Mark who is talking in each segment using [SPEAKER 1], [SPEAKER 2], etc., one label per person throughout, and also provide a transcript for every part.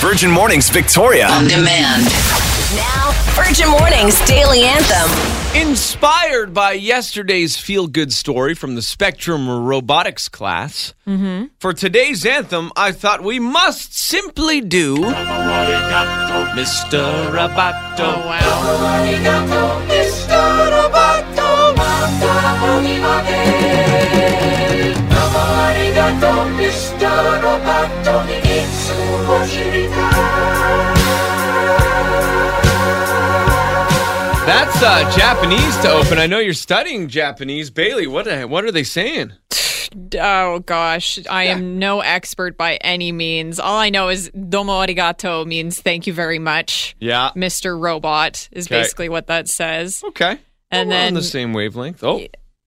[SPEAKER 1] Virgin Mornings Victoria.
[SPEAKER 2] on demand.
[SPEAKER 3] Now, Virgin Mornings Daily Anthem.
[SPEAKER 4] Inspired by yesterday's feel good story from the Spectrum robotics class,
[SPEAKER 5] Mm-hmm.
[SPEAKER 4] for today's anthem, I thought we must simply do Mr. Roboto. That's uh, Japanese to open. I know you're studying Japanese. Bailey, what, the- what are they saying?
[SPEAKER 5] Oh gosh, I am no expert by any means. All I know is domo arigato means thank you very much.
[SPEAKER 4] Yeah.
[SPEAKER 5] Mr. Robot is
[SPEAKER 4] Okay.
[SPEAKER 5] basically what that says.
[SPEAKER 4] Okay.
[SPEAKER 5] And
[SPEAKER 4] We're on
[SPEAKER 5] then-
[SPEAKER 4] the same wavelength. Oh,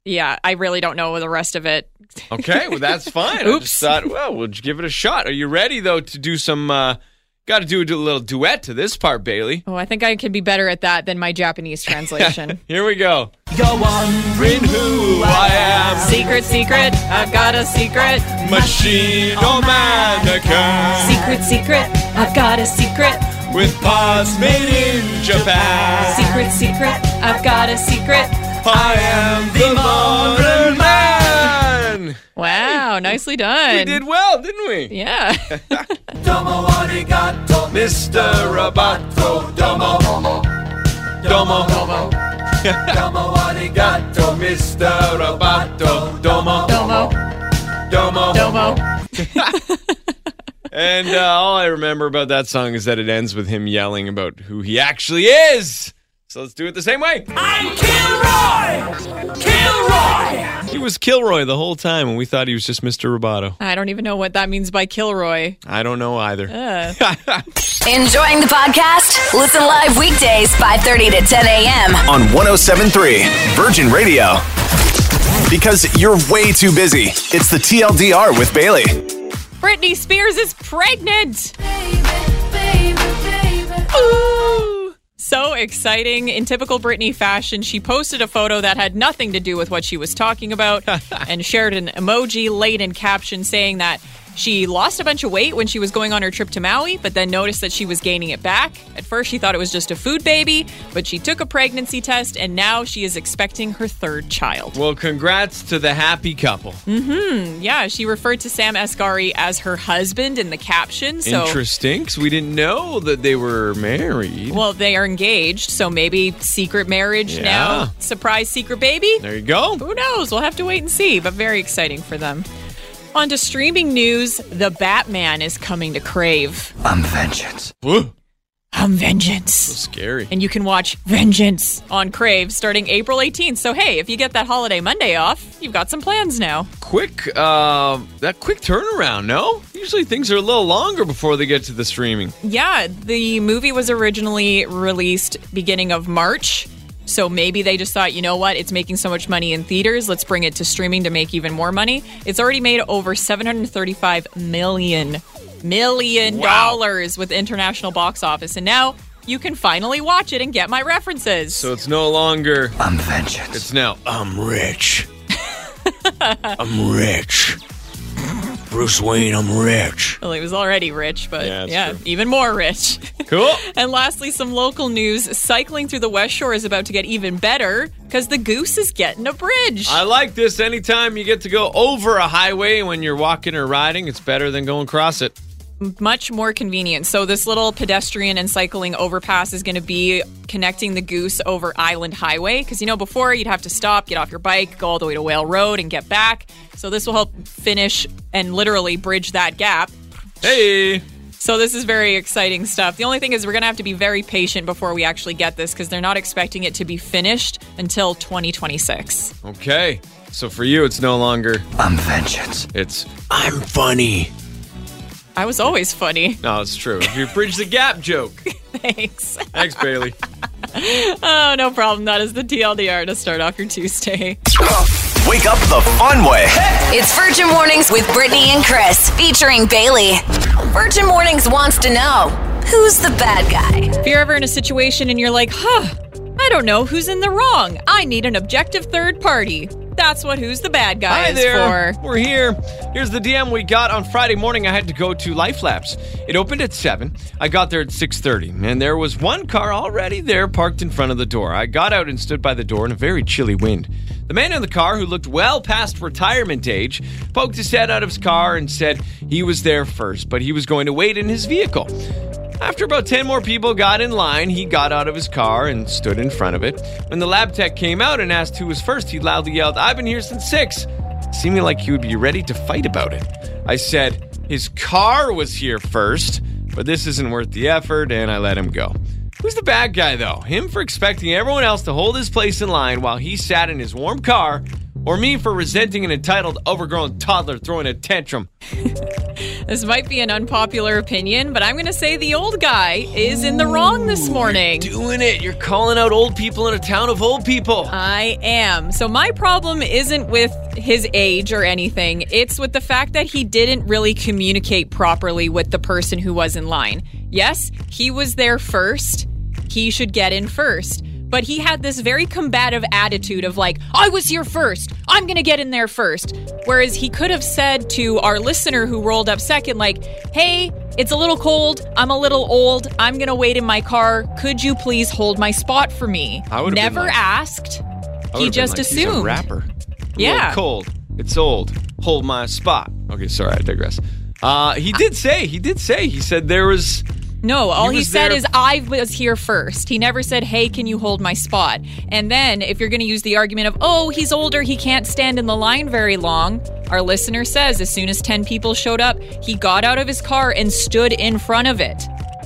[SPEAKER 5] Yeah, I really don't know the rest of it.
[SPEAKER 4] okay. Well, that's fine. I just
[SPEAKER 5] Oops.
[SPEAKER 4] thought, well, we'll give it a shot. Are you ready, though, to do some. Uh, Got to do a little duet to this part, Bailey.
[SPEAKER 5] Oh, I think I could be better at that than my Japanese translation.
[SPEAKER 4] Here we go.
[SPEAKER 6] Go wondering
[SPEAKER 4] who I am.
[SPEAKER 5] secret, secret, I've got a secret.
[SPEAKER 4] Machine or mannequin
[SPEAKER 5] Secret, secret, I've got a secret.
[SPEAKER 4] with paws made in Japan.
[SPEAKER 5] Secret, secret, I've got a secret.
[SPEAKER 4] I am the modern man.
[SPEAKER 5] Wow, nicely done.
[SPEAKER 4] We did well, didn't we?
[SPEAKER 5] Yeah.
[SPEAKER 6] Domo arigato,
[SPEAKER 4] Mr. Roboto Domo. Domo.
[SPEAKER 6] domo arigato,
[SPEAKER 4] Mr. Roboto Domo.
[SPEAKER 5] Domo,
[SPEAKER 4] Domo.
[SPEAKER 5] domo.
[SPEAKER 4] And uh, all I remember about that song is that it ends with him yelling about who he actually is. So let's do it the same way.
[SPEAKER 6] I'm Kilroy! Kilroy!
[SPEAKER 4] He was Kilroy the whole time, and we thought he was just Mr. Roboto.
[SPEAKER 5] I don't even know what that means by Kilroy.
[SPEAKER 4] I don't know either.
[SPEAKER 5] Uh,
[SPEAKER 3] Enjoying the podcast? Listen live weekdays 5:30 to 10 a.m.
[SPEAKER 1] on 1073 Virgin Radio. Because you're way too busy. It's the TLDR with Bailey.
[SPEAKER 5] Britney Spears is pregnant. Ooh. So exciting. In typical Britney fashion, she posted a photo that had nothing to do with what she was talking about and shared an emoji laden caption saying that she lost a bunch of weight when she was going on her trip to Maui, but then noticed that she was gaining it back. At first, she thought it was just a food baby, but she took a pregnancy test and now she is expecting her third child.
[SPEAKER 4] Well, congrats to the happy couple.
[SPEAKER 5] Yeah, she referred to Sam Asghari as her husband in the caption. So,
[SPEAKER 4] Interesting, 'cause we didn't know that they were married.
[SPEAKER 5] well, they are engaged. So maybe secret marriage
[SPEAKER 4] Yeah.
[SPEAKER 5] now. Surprise secret baby.
[SPEAKER 4] there you go.
[SPEAKER 5] Who knows? We'll have to wait and see, but very exciting for them. On to streaming news The Batman is coming to Crave.
[SPEAKER 6] I'm vengeance.
[SPEAKER 4] Woo,
[SPEAKER 5] I'm Vengeance.
[SPEAKER 4] scary.
[SPEAKER 5] And you can watch Vengeance on Crave starting April 18th. So, hey, if you get that holiday Monday off, you've got some plans now.
[SPEAKER 4] Quick, uh, that quick turnaround. No, usually things are a little longer before they get to the streaming.
[SPEAKER 5] Yeah, the movie was originally released beginning of March. So maybe they just thought, you know what, it's making so much money in theaters, let's bring it to streaming to make even more money. It's already made over 735 million million dollars with international box office and now you can finally watch it and get my references.
[SPEAKER 4] So it's no longer.
[SPEAKER 6] I'm vengeance.
[SPEAKER 4] It's now. Oh, I'm rich. I'm rich. Bruce Wayne. I'm rich.
[SPEAKER 5] well, he was already rich, but
[SPEAKER 4] Yeah,
[SPEAKER 5] yeah,
[SPEAKER 4] that's true.
[SPEAKER 5] even more rich.
[SPEAKER 4] Cool.
[SPEAKER 5] And lastly, some local news. Cycling through the West Shore is about to get even better because the goose is getting a bridge.
[SPEAKER 4] I like this. Anytime you get to go over a highway when you're walking or riding, it's better than going across it.
[SPEAKER 5] much more convenient. So this little pedestrian and cycling overpass is going to be connecting the Goose over Island Highway because you know before you'd have to stop, get off your bike, go all the way to Whale Road and get back. So this will help finish and literally bridge that gap.
[SPEAKER 4] Hey.
[SPEAKER 5] So this is very exciting stuff. The only thing is we're going to have to be very patient before we actually get this because they're not expecting it to be finished until 2026.
[SPEAKER 4] Okay. So for you, it's no longer.
[SPEAKER 6] I'm vengeance.
[SPEAKER 4] It's. I'm funny.
[SPEAKER 5] I was always funny.
[SPEAKER 4] No, it's true. If you bridge the gap joke.
[SPEAKER 5] Thanks.
[SPEAKER 4] Thanks, Bailey.
[SPEAKER 5] Oh, no problem. That is the TLDR to start off your Tuesday.
[SPEAKER 1] Wake up the fun way.
[SPEAKER 3] It's Virgin Mornings with Brittany and Chris, featuring Bailey. Virgin Mornings wants to know who's the bad guy.
[SPEAKER 5] If you're ever in a situation and you're like, huh, I don't know who's in the wrong, I need an objective third party. That's what Who's the Bad Guy
[SPEAKER 4] Hi
[SPEAKER 5] is
[SPEAKER 4] there.
[SPEAKER 5] for.
[SPEAKER 4] We're here. Here's the DM we got on Friday morning. I had to go to Life Labs. It opened at 7. I got there at 6:30, and there was one car already there parked in front of the door. I got out and stood by the door in a very chilly wind. The man in the car, who looked well past retirement age, poked his head out of his car and said he was there first, but he was going to wait in his vehicle. After about 10 more people got in line, he got out of his car and stood in front of it. When the lab tech came out and asked who was first, he loudly yelled, I've been here since 6 seeming like he would be ready to fight about it. I said, His car was here first, but this isn't worth the effort, and I let him go. Who's the bad guy, though? Him for expecting everyone else to hold his place in line while he sat in his warm car, or me for resenting an entitled, overgrown toddler throwing a tantrum?
[SPEAKER 5] This might be an unpopular opinion, but I'm going to say the old guy is in the wrong this morning.
[SPEAKER 4] Doing it. You're calling out old people in a town of old people.
[SPEAKER 5] I am. So my problem isn't with his age or anything. It's with the fact that he didn't really communicate properly with the person who was in line. Yes, he was there first. He should get in first. But he had this very combative attitude of like, I was here first. I'm going to get in there first. Whereas he could have said to our listener who rolled up second like, "Hey, it's a little cold. I'm a little old. I'm going to wait in my car. Could you please hold my spot for me?"
[SPEAKER 4] I would've been
[SPEAKER 5] Never
[SPEAKER 4] like-
[SPEAKER 5] asked.
[SPEAKER 4] I
[SPEAKER 5] He
[SPEAKER 4] would've been
[SPEAKER 5] just
[SPEAKER 4] like,
[SPEAKER 5] assumed.
[SPEAKER 4] He's a rapper.
[SPEAKER 5] Yeah.
[SPEAKER 4] Little cold. It's old. Hold my spot. Okay, sorry, I digress. Uh, he did say. He did say. He said there was.
[SPEAKER 5] No, all he,
[SPEAKER 4] was
[SPEAKER 5] said
[SPEAKER 4] there-
[SPEAKER 5] is I was here first. He never said, "Hey, can you hold my spot?" And then if you're going to use the argument of, "Oh, he's older, he can't stand in the line very long." Our listener says as soon as 10 people showed up, he got out of his car and stood in front of it.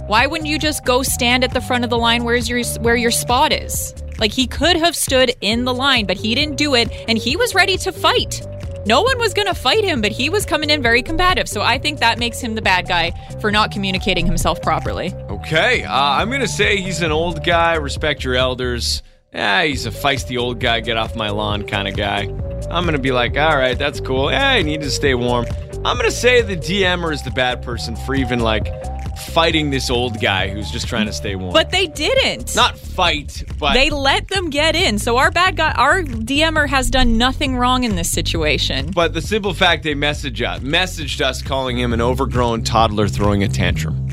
[SPEAKER 5] Why wouldn't you just go stand at the front of the line where's your where your spot is? Like he could have stood in the line, but he didn't do it and he was ready to fight. No one was going to fight him, but he was coming in very combative. So I think that makes him the bad guy for not communicating himself properly.
[SPEAKER 4] Okay, uh, I'm gonna say he's an old guy. Respect your elders. Yeah, he's a feisty old guy. Get off my lawn kind of guy. I'm gonna be like, all right, that's cool. Yeah, I need to stay warm. I'm gonna say the DMer is the bad person for even like fighting this old guy who's just trying to stay warm.
[SPEAKER 5] But they didn't.
[SPEAKER 4] not fight, but
[SPEAKER 5] they let them get in. So our bad guy, our DMer has done nothing wrong in this situation.
[SPEAKER 4] But the simple fact they message us, messaged us calling him an overgrown toddler throwing a tantrum.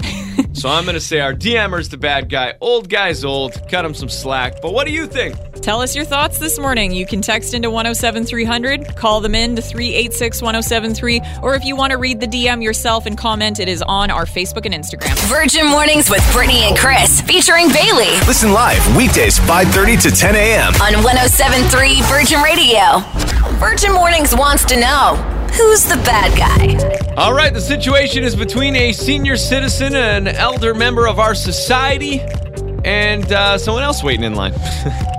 [SPEAKER 4] so I'm going to say our DMer's the bad guy. Old guy's old. Cut him some slack. But what do you think?
[SPEAKER 5] Tell us your thoughts this morning. You can text into 107300, call them in to 386 1073, or if you want to read the DM yourself and comment, it is on our Facebook and Instagram.
[SPEAKER 3] Virgin Mornings with Brittany and Chris, featuring Bailey
[SPEAKER 1] Listen live weekdays 5:30 to 10 a.m.
[SPEAKER 3] on 1073 Virgin Radio. Virgin Mornings wants to know who's the bad guy?
[SPEAKER 4] All right, the situation is between a senior citizen and an elder member of our society and uh, someone else waiting in line.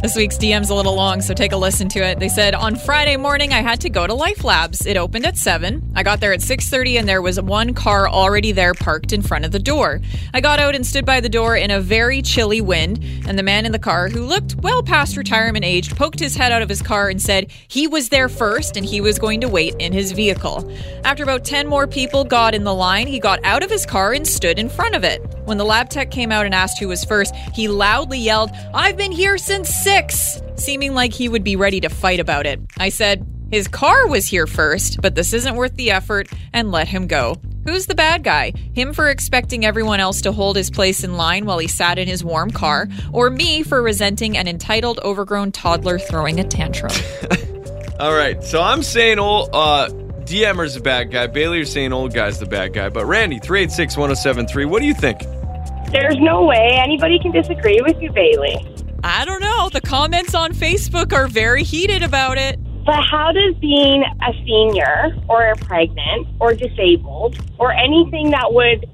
[SPEAKER 5] This week's DM's a little long, so take a listen to it. They said, "On Friday morning, I had to go to Life Labs. It opened at 7. I got there at 6:30 and there was one car already there parked in front of the door. I got out and stood by the door in a very chilly wind, and the man in the car, who looked well past retirement age, poked his head out of his car and said he was there first and he was going to wait in his vehicle. After about 10 more people got in the line, he got out of his car and stood in front of it. When the lab tech came out and asked who was first, he loudly yelled, I've been here since six, seeming like he would be ready to fight about it. I said, His car was here first, but this isn't worth the effort, and let him go. Who's the bad guy? Him for expecting everyone else to hold his place in line while he sat in his warm car, or me for resenting an entitled overgrown toddler throwing a tantrum?
[SPEAKER 4] All right, so I'm saying old uh, DMer's the bad guy. Bailey, you're saying old guy's the bad guy. But Randy, 386 1073, what do you think?
[SPEAKER 2] There's no way anybody can disagree with you, Bailey.
[SPEAKER 5] I don't know. The comments on Facebook are very heated about it.
[SPEAKER 2] But how does being a senior or pregnant or disabled or anything that would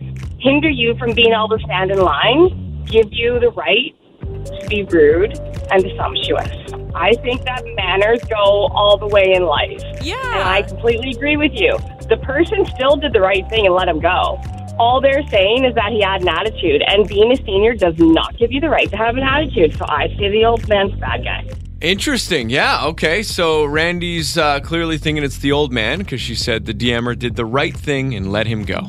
[SPEAKER 2] hinder you from being able to stand in line give you the right to be rude and presumptuous? I think that manners go all the way in life.
[SPEAKER 5] Yeah.
[SPEAKER 2] And I completely agree with you. The person still did the right thing and let him go. All they're saying is that he had an attitude, and being a senior does not give you the right to have an attitude. So I say the old man's bad guy.
[SPEAKER 4] Interesting. Yeah. Okay. So Randy's uh, clearly thinking it's the old man because she said the DMer did the right thing and let him go.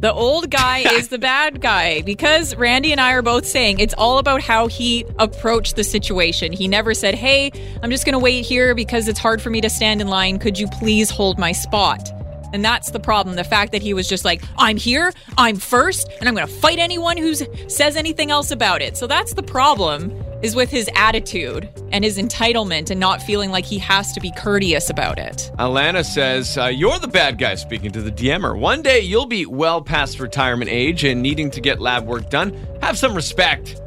[SPEAKER 5] The old guy is the bad guy because Randy and I are both saying it's all about how he approached the situation. He never said, Hey, I'm just going to wait here because it's hard for me to stand in line. Could you please hold my spot? And that's the problem. The fact that he was just like, I'm here, I'm first, and I'm going to fight anyone who says anything else about it. So that's the problem is with his attitude and his entitlement and not feeling like he has to be courteous about it.
[SPEAKER 4] Alana says, uh, You're the bad guy speaking to the DMer. One day you'll be well past retirement age and needing to get lab work done. Have some respect.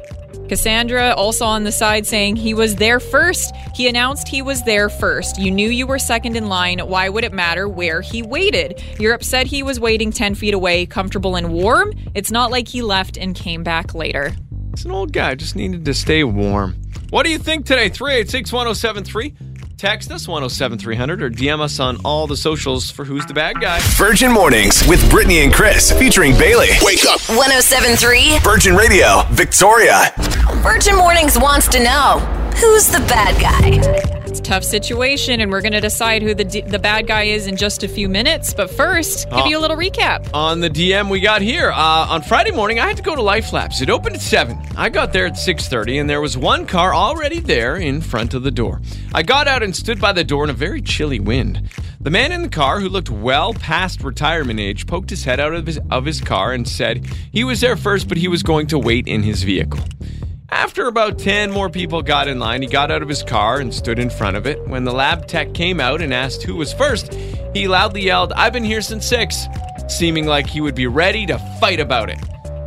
[SPEAKER 5] Cassandra also on the side saying he was there first. He announced he was there first. You knew you were second in line. Why would it matter where he waited? You're upset he was waiting 10 feet away, comfortable and warm. It's not like he left and came back later.
[SPEAKER 4] It's an old guy, just needed to stay warm. What do you think today? 386 1073. Text us 107300 or DM us on all the socials for Who's the Bad Guy.
[SPEAKER 1] Virgin Mornings with Brittany and Chris featuring Bailey. Wake up.
[SPEAKER 3] 1073
[SPEAKER 1] Virgin Radio, Victoria.
[SPEAKER 3] Virgin Mornings wants to know who's the bad guy?
[SPEAKER 5] It's a tough situation, and we're going to decide who the, d- the bad guy is in just a few minutes. But first, give
[SPEAKER 4] Oh.
[SPEAKER 5] you a little recap.
[SPEAKER 4] on the DM we got here. Uh, on Friday morning, I had to go to Life Labs. It opened at 7. I got there at 6.30, and there was one car already there in front of the door. I got out and stood by the door in a very chilly wind. The man in the car, who looked well past retirement age, poked his head out of his, of his car and said he was there first, but he was going to wait in his vehicle. After about 10 more people got in line, he got out of his car and stood in front of it. When the lab tech came out and asked who was first, he loudly yelled, I've been here since 6, seeming like he would be ready to fight about it.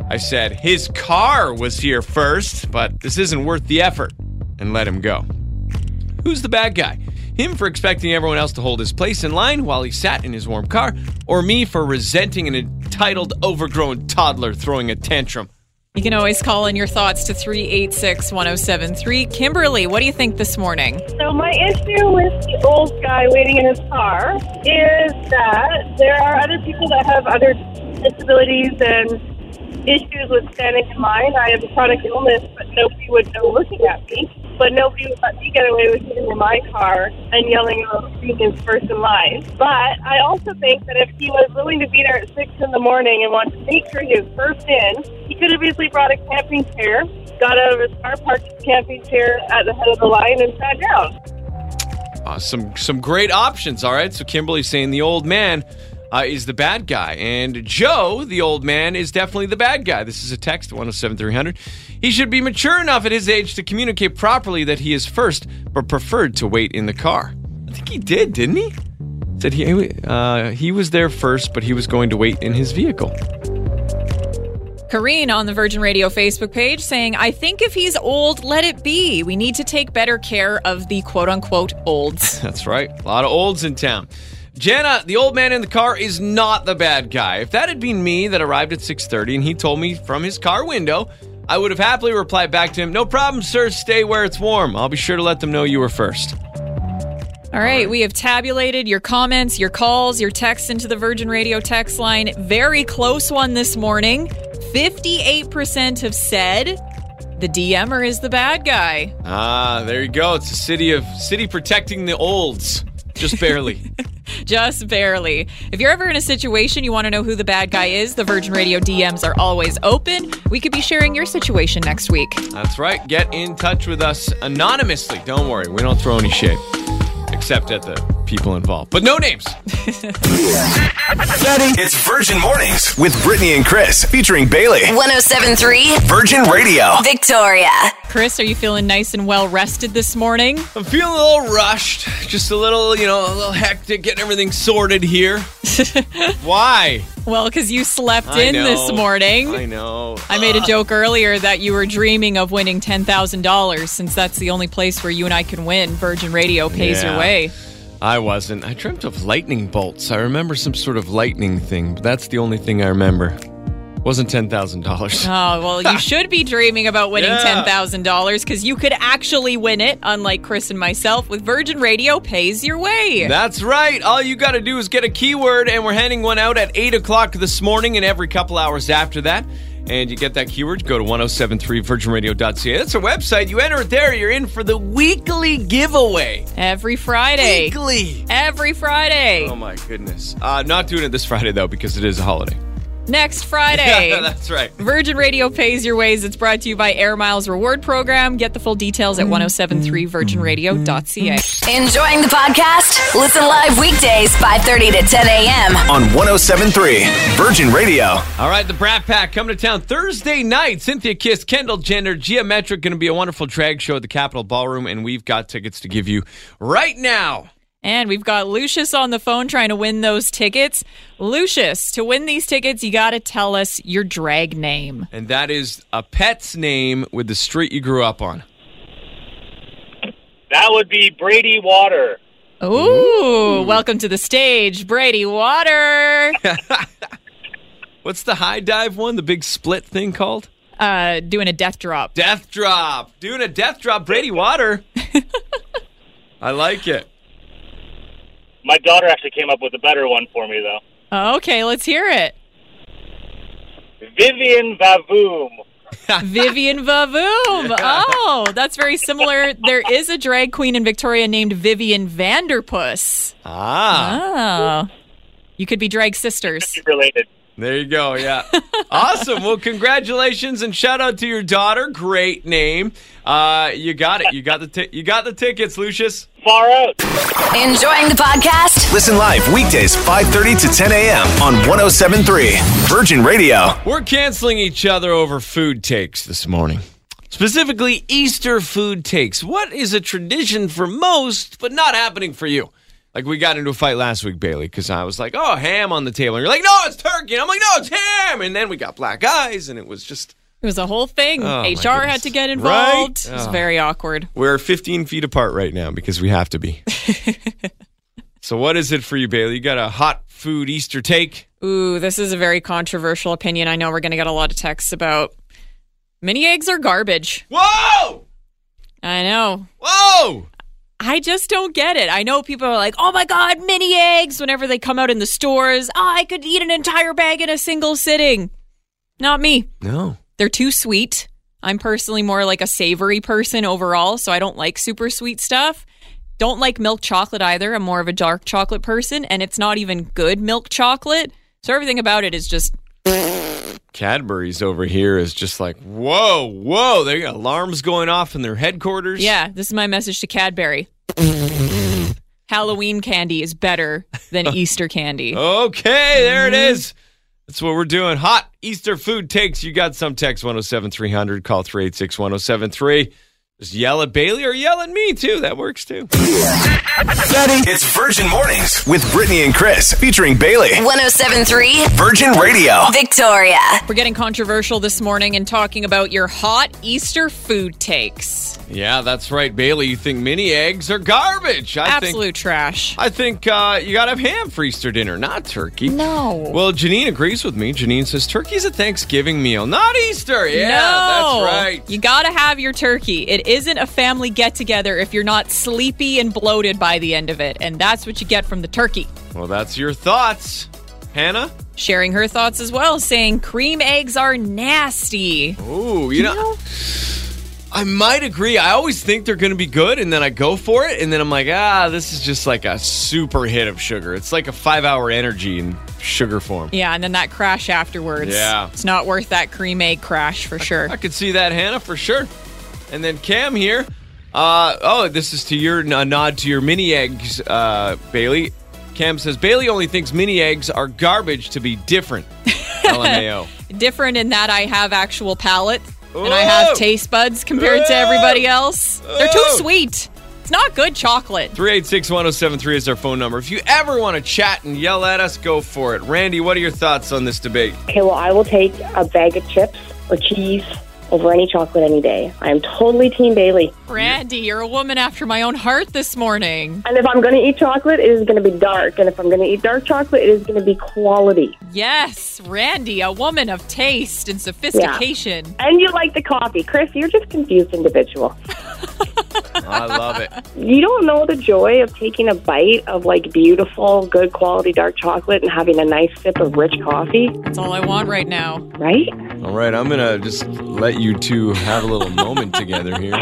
[SPEAKER 4] I said, His car was here first, but this isn't worth the effort, and let him go. Who's the bad guy? Him for expecting everyone else to hold his place in line while he sat in his warm car, or me for resenting an entitled, overgrown toddler throwing a tantrum?
[SPEAKER 5] You can always call in your thoughts to 386 1073. Kimberly, what do you think this morning?
[SPEAKER 2] So my issue with the old guy waiting in his car is that there are other people that have other disabilities and issues with standing in line. I have a chronic illness, but nobody would know looking at me. But nobody would let me get away with sitting in my car and yelling out being his first in line. But I also think that if he was willing to be there at six in the morning and wanted to make sure he was first in, he could have easily brought a camping chair, got out of his car, parked his camping chair at the head of the line, and sat down.
[SPEAKER 4] Uh, some some great options. All right. So Kimberly's saying the old man uh, is the bad guy, and Joe, the old man, is definitely the bad guy. This is a text one zero seven three hundred. He should be mature enough at his age to communicate properly that he is first, but preferred to wait in the car. I think he did, didn't he? Said he uh, he was there first, but he was going to wait in his vehicle.
[SPEAKER 5] Kareen on the Virgin Radio Facebook page saying, I think if he's old, let it be. We need to take better care of the quote unquote olds.
[SPEAKER 4] That's right. A lot of olds in town. Jana, the old man in the car is not the bad guy. If that had been me that arrived at 6:30 and he told me from his car window, I would have happily replied back to him, "No problem, sir. Stay where it's warm. I'll be sure to let them know you were first.
[SPEAKER 5] All right, we have tabulated your comments, your calls, your texts into the Virgin Radio text line. Very close one this morning. 58% have said the DMer is the bad guy.
[SPEAKER 4] Ah, there you go. It's a city of city protecting the olds, just barely.
[SPEAKER 5] Just barely. If you're ever in a situation you want to know who the bad guy is, the Virgin Radio DMs are always open. We could be sharing your situation next week.
[SPEAKER 4] That's right. Get in touch with us anonymously. Don't worry, we don't throw any shade, except at the people involved. But no names.
[SPEAKER 1] It's Virgin Mornings with Brittany and Chris featuring Bailey.
[SPEAKER 3] 1073
[SPEAKER 1] Virgin Radio.
[SPEAKER 3] Victoria.
[SPEAKER 5] Chris, are you feeling nice and well rested this morning?
[SPEAKER 4] I'm feeling a little rushed, just a little, you know, a little hectic, getting everything sorted here. Why?
[SPEAKER 5] Well, because you slept
[SPEAKER 4] I
[SPEAKER 5] in
[SPEAKER 4] know.
[SPEAKER 5] this morning.
[SPEAKER 4] I
[SPEAKER 5] I,
[SPEAKER 4] know.
[SPEAKER 5] made a joke earlier that you were dreaming of winning $10,000 since that's the only place where you and I can win. Virgin Radio pays
[SPEAKER 4] Yeah.
[SPEAKER 5] your way.
[SPEAKER 4] I wasn't. I dreamt of lightning bolts. I remember some sort of lightning thing, but that's the only thing I remember. Wasn't ten thousand dollars.
[SPEAKER 5] Oh, well, you should be dreaming about winning
[SPEAKER 4] Yeah.
[SPEAKER 5] $10,000 because you could actually win it, unlike Chris and myself, with Virgin Radio pays your way.
[SPEAKER 4] That's right. All you got to do is get a keyword, and we're handing one out at 8 o'clock this morning and every couple hours after that. And you get that keyword, go to 1073virginradio.ca. That's our website. You enter it there, you're in for the weekly giveaway.
[SPEAKER 5] Every Friday.
[SPEAKER 4] Weekly.
[SPEAKER 5] Every Friday.
[SPEAKER 4] Oh my goodness. Uh, not doing it this Friday though because it is a holiday.
[SPEAKER 5] next Friday.
[SPEAKER 4] Yeah, that's right.
[SPEAKER 5] Virgin Radio pays your ways. It's brought to you by Air Miles Reward Program. Get the full details at 1073virginradio.ca.
[SPEAKER 3] Enjoying the podcast? Listen live weekdays 5:30 to 10 a.m.
[SPEAKER 1] on 1073 Virgin Radio.
[SPEAKER 4] All right, the Brat Pack coming to town Thursday night. Cynthia Kiss, Kendall Jenner, Geometric. Going to be a wonderful drag show at the Capitol Ballroom, and we've got tickets to give you right now.
[SPEAKER 5] And we've got Lucius on the phone trying to win those tickets. Lucius, to win these tickets, you got to tell us your drag name.
[SPEAKER 4] And that is a pet's name with the street you grew up on.
[SPEAKER 7] That would be Brady Water.
[SPEAKER 5] Ooh, welcome to the stage, Brady Water.
[SPEAKER 4] What's the high dive one, the big split thing called?
[SPEAKER 5] uh, doing a death drop.
[SPEAKER 4] Death drop. Doing a death drop, Brady Water. I like it.
[SPEAKER 7] My daughter actually came up with a better one for me, though.
[SPEAKER 5] Okay, let's hear it.
[SPEAKER 7] Vivian Vavoom.
[SPEAKER 5] Vivian Vavoom. Oh, that's very similar. There is a drag queen in Victoria named Vivian Vanderpuss.
[SPEAKER 4] Ah,
[SPEAKER 5] Oh. You could be drag sisters.
[SPEAKER 7] Related.
[SPEAKER 4] there you go. Yeah. awesome. Well, congratulations and shout out to your daughter. Great name. Uh, you got it. You got the ti- you got the tickets, Lucius.
[SPEAKER 7] Far out.
[SPEAKER 3] Enjoying the podcast?
[SPEAKER 1] Listen live weekdays 5:30 to 10 a.m. on 1073 Virgin Radio.
[SPEAKER 4] We're canceling each other over food takes this morning. Specifically, Easter food takes. What is a tradition for most, but not happening for you? Like, we got into a fight last week, Bailey, because I was like, oh, ham on the table. And you're like, no, it's turkey. And I'm like, no, it's ham. And then we got black eyes, and it was just,
[SPEAKER 5] It was a whole thing.
[SPEAKER 4] Oh, my
[SPEAKER 5] HR
[SPEAKER 4] goodness.
[SPEAKER 5] had to get involved.
[SPEAKER 4] Right?
[SPEAKER 5] It was
[SPEAKER 4] Oh.
[SPEAKER 5] very awkward.
[SPEAKER 4] we're 15 feet apart right now because we have to be. so, what is it for you, Bailey? You got a hot food Easter take?
[SPEAKER 5] Ooh, this is a very controversial opinion. I know we're going to get a lot of texts about mini eggs are garbage.
[SPEAKER 4] Whoa!
[SPEAKER 5] I know.
[SPEAKER 4] Whoa!
[SPEAKER 5] I just don't get it. I know people are like, oh my God, mini eggs whenever they come out in the stores. Oh, I could eat an entire bag in a single sitting. Not me.
[SPEAKER 4] No.
[SPEAKER 5] They're too sweet. I'm personally more like a savory person overall, so I don't like super sweet stuff. Don't like milk chocolate either. I'm more of a dark chocolate person, and it's not even good milk chocolate. So everything about it is just
[SPEAKER 4] Cadbury's over here is just like, whoa, whoa, they got alarms going off in their headquarters.
[SPEAKER 5] Yeah, this is my message to Cadbury. Halloween candy is better than Easter candy.
[SPEAKER 4] Okay, there it is. That's what we're doing. Hot Easter food takes. You got some text 107300, call 386 1073. Just yell at Bailey or yell at me too. That works too.
[SPEAKER 1] It's Virgin Mornings with Brittany and Chris featuring Bailey.
[SPEAKER 3] 1073
[SPEAKER 1] Virgin Radio.
[SPEAKER 3] Victoria.
[SPEAKER 5] We're getting controversial this morning and talking about your hot Easter food takes.
[SPEAKER 4] Yeah, that's right, Bailey. You think mini eggs are garbage? I
[SPEAKER 5] Absolute
[SPEAKER 4] Think,
[SPEAKER 5] trash.
[SPEAKER 4] I think uh, you got to have ham for Easter dinner, not turkey.
[SPEAKER 5] No.
[SPEAKER 4] Well, Janine agrees with me. Janine says turkey's a Thanksgiving meal, not Easter. Yeah,
[SPEAKER 5] no.
[SPEAKER 4] that's right.
[SPEAKER 5] You got to have your turkey. It isn't a family get together if you're not sleepy and bloated by the end of it. And that's what you get from the turkey.
[SPEAKER 4] Well, that's your thoughts, Hannah.
[SPEAKER 5] Sharing her thoughts as well, saying cream eggs are nasty.
[SPEAKER 4] Ooh, you know, I might agree. I always think they're going to be good, and then I go for it, and then I'm like, ah, this is just like a super hit of sugar. It's like a five hour energy in sugar form.
[SPEAKER 5] Yeah, and then that crash afterwards.
[SPEAKER 4] Yeah.
[SPEAKER 5] It's not worth that cream egg crash for sure.
[SPEAKER 4] I could see that, Hannah, for sure. And then Cam here. Uh, oh, this is to your a nod to your mini eggs, uh, Bailey. Cam says Bailey only thinks mini eggs are garbage to be different. LMAO.
[SPEAKER 5] Different in that I have actual palate and I have
[SPEAKER 4] Ooh.
[SPEAKER 5] taste buds compared to
[SPEAKER 4] Ooh.
[SPEAKER 5] everybody else. They're too
[SPEAKER 4] Ooh.
[SPEAKER 5] sweet. It's not good chocolate.
[SPEAKER 4] 386-1073 is our phone number. If you ever want to chat and yell at us, go for it. Randy, what are your thoughts on this debate?
[SPEAKER 2] Okay, well, I will take a bag of chips or cheese over any chocolate any day. I am totally Team Bailey.
[SPEAKER 5] Randy, you're a woman after my own heart this morning.
[SPEAKER 2] And if I'm going to eat chocolate, it is going to be dark. And if I'm going to eat dark chocolate, it is going to be quality.
[SPEAKER 5] Yes, Randy, a woman of taste and sophistication.
[SPEAKER 2] And you like the coffee. Chris, you're just a confused individual.
[SPEAKER 4] I love it.
[SPEAKER 2] You don't know the joy of taking a bite of like beautiful, good quality dark chocolate and having a nice sip of rich coffee,
[SPEAKER 5] That's all I want right now.
[SPEAKER 2] right?
[SPEAKER 4] All right, I'm going to just let you two have a little moment together here.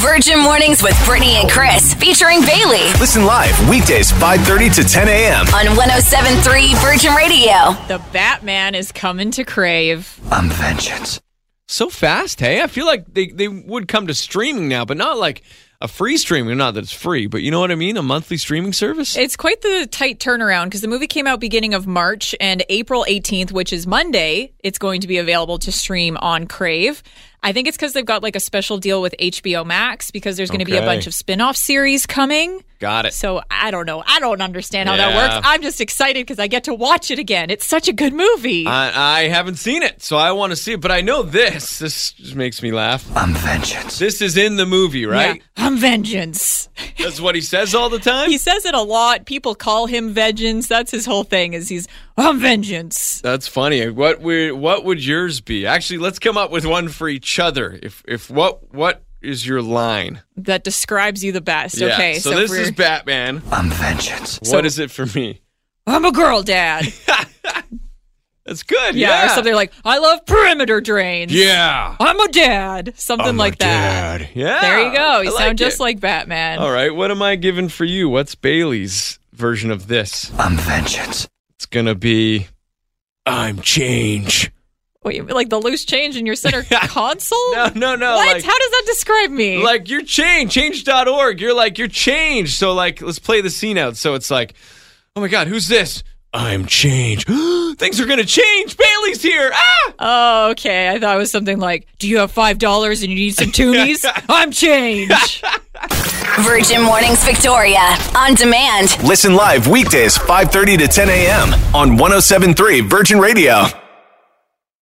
[SPEAKER 3] Virgin Mornings with Brittany and Chris, featuring Bailey
[SPEAKER 1] Listen live weekdays 5:30 to 10 a.m.
[SPEAKER 3] on 1073 Virgin Radio.
[SPEAKER 5] The Batman is coming to Crave.
[SPEAKER 6] I'm vengeance.
[SPEAKER 4] So fast, hey? I feel like they, they would come to streaming now, but not like a free streaming. Not that it's free, but you know what I mean? A monthly streaming service?
[SPEAKER 5] It's quite the tight turnaround because the movie came out beginning of March and April 18th, which is Monday, it's going to be available to stream on Crave. I think it's because they've got like a special deal with HBO Max because there's going to be
[SPEAKER 4] Okay.
[SPEAKER 5] a bunch of spin off series coming.
[SPEAKER 4] Got it.
[SPEAKER 5] So I don't know. I don't understand how that
[SPEAKER 4] Yeah.
[SPEAKER 5] works. I'm just excited because I get to watch it again. It's such a good movie.
[SPEAKER 4] I, I haven't seen it, so I want to see it, but I know this. This just makes me laugh.
[SPEAKER 6] I'm vengeance.
[SPEAKER 4] This is in the movie,
[SPEAKER 5] Yeah.
[SPEAKER 4] right?
[SPEAKER 5] I'm vengeance.
[SPEAKER 4] That's what he says all the time.
[SPEAKER 5] He says it a lot. People call him vengeance. That's his whole thing is he's I'm vengeance.
[SPEAKER 4] That's funny. What would what would yours be? Actually, let's come up with one for each other. If if what what is your line?
[SPEAKER 5] That describes you the best. okay.
[SPEAKER 4] So, this
[SPEAKER 5] we're-
[SPEAKER 4] is Batman.
[SPEAKER 6] I'm vengeance.
[SPEAKER 4] what is it for me?
[SPEAKER 5] I'm a girl dad.
[SPEAKER 4] That's good.
[SPEAKER 5] Yeah,
[SPEAKER 4] Yeah.
[SPEAKER 5] or something like I love perimeter drains.
[SPEAKER 4] Yeah.
[SPEAKER 5] I'm a dad. Something like that.
[SPEAKER 4] Yeah.
[SPEAKER 5] There you go. You
[SPEAKER 4] I
[SPEAKER 5] sound just
[SPEAKER 4] it.
[SPEAKER 5] like Batman.
[SPEAKER 4] All right. What am I giving for you? What's Bailey's version of this?
[SPEAKER 6] I'm vengeance.
[SPEAKER 4] It's gonna be. I'm change.
[SPEAKER 5] Wait, like the loose change in your center console?
[SPEAKER 4] No, no, no.
[SPEAKER 5] What?
[SPEAKER 4] Like,
[SPEAKER 5] How does that describe me?
[SPEAKER 4] like you're change change.org you're like you're change so like let's play the scene out so it's like oh my god who's this i'm change things are gonna change bailey's here ah
[SPEAKER 5] oh, okay. I thought it was something like, "Do you have five dollars and you need some toonies? I'm change."
[SPEAKER 3] Virgin Mornings Victoria on demand.
[SPEAKER 1] Listen live weekdays 5:30 to 10 a.m. on 1073 Virgin Radio.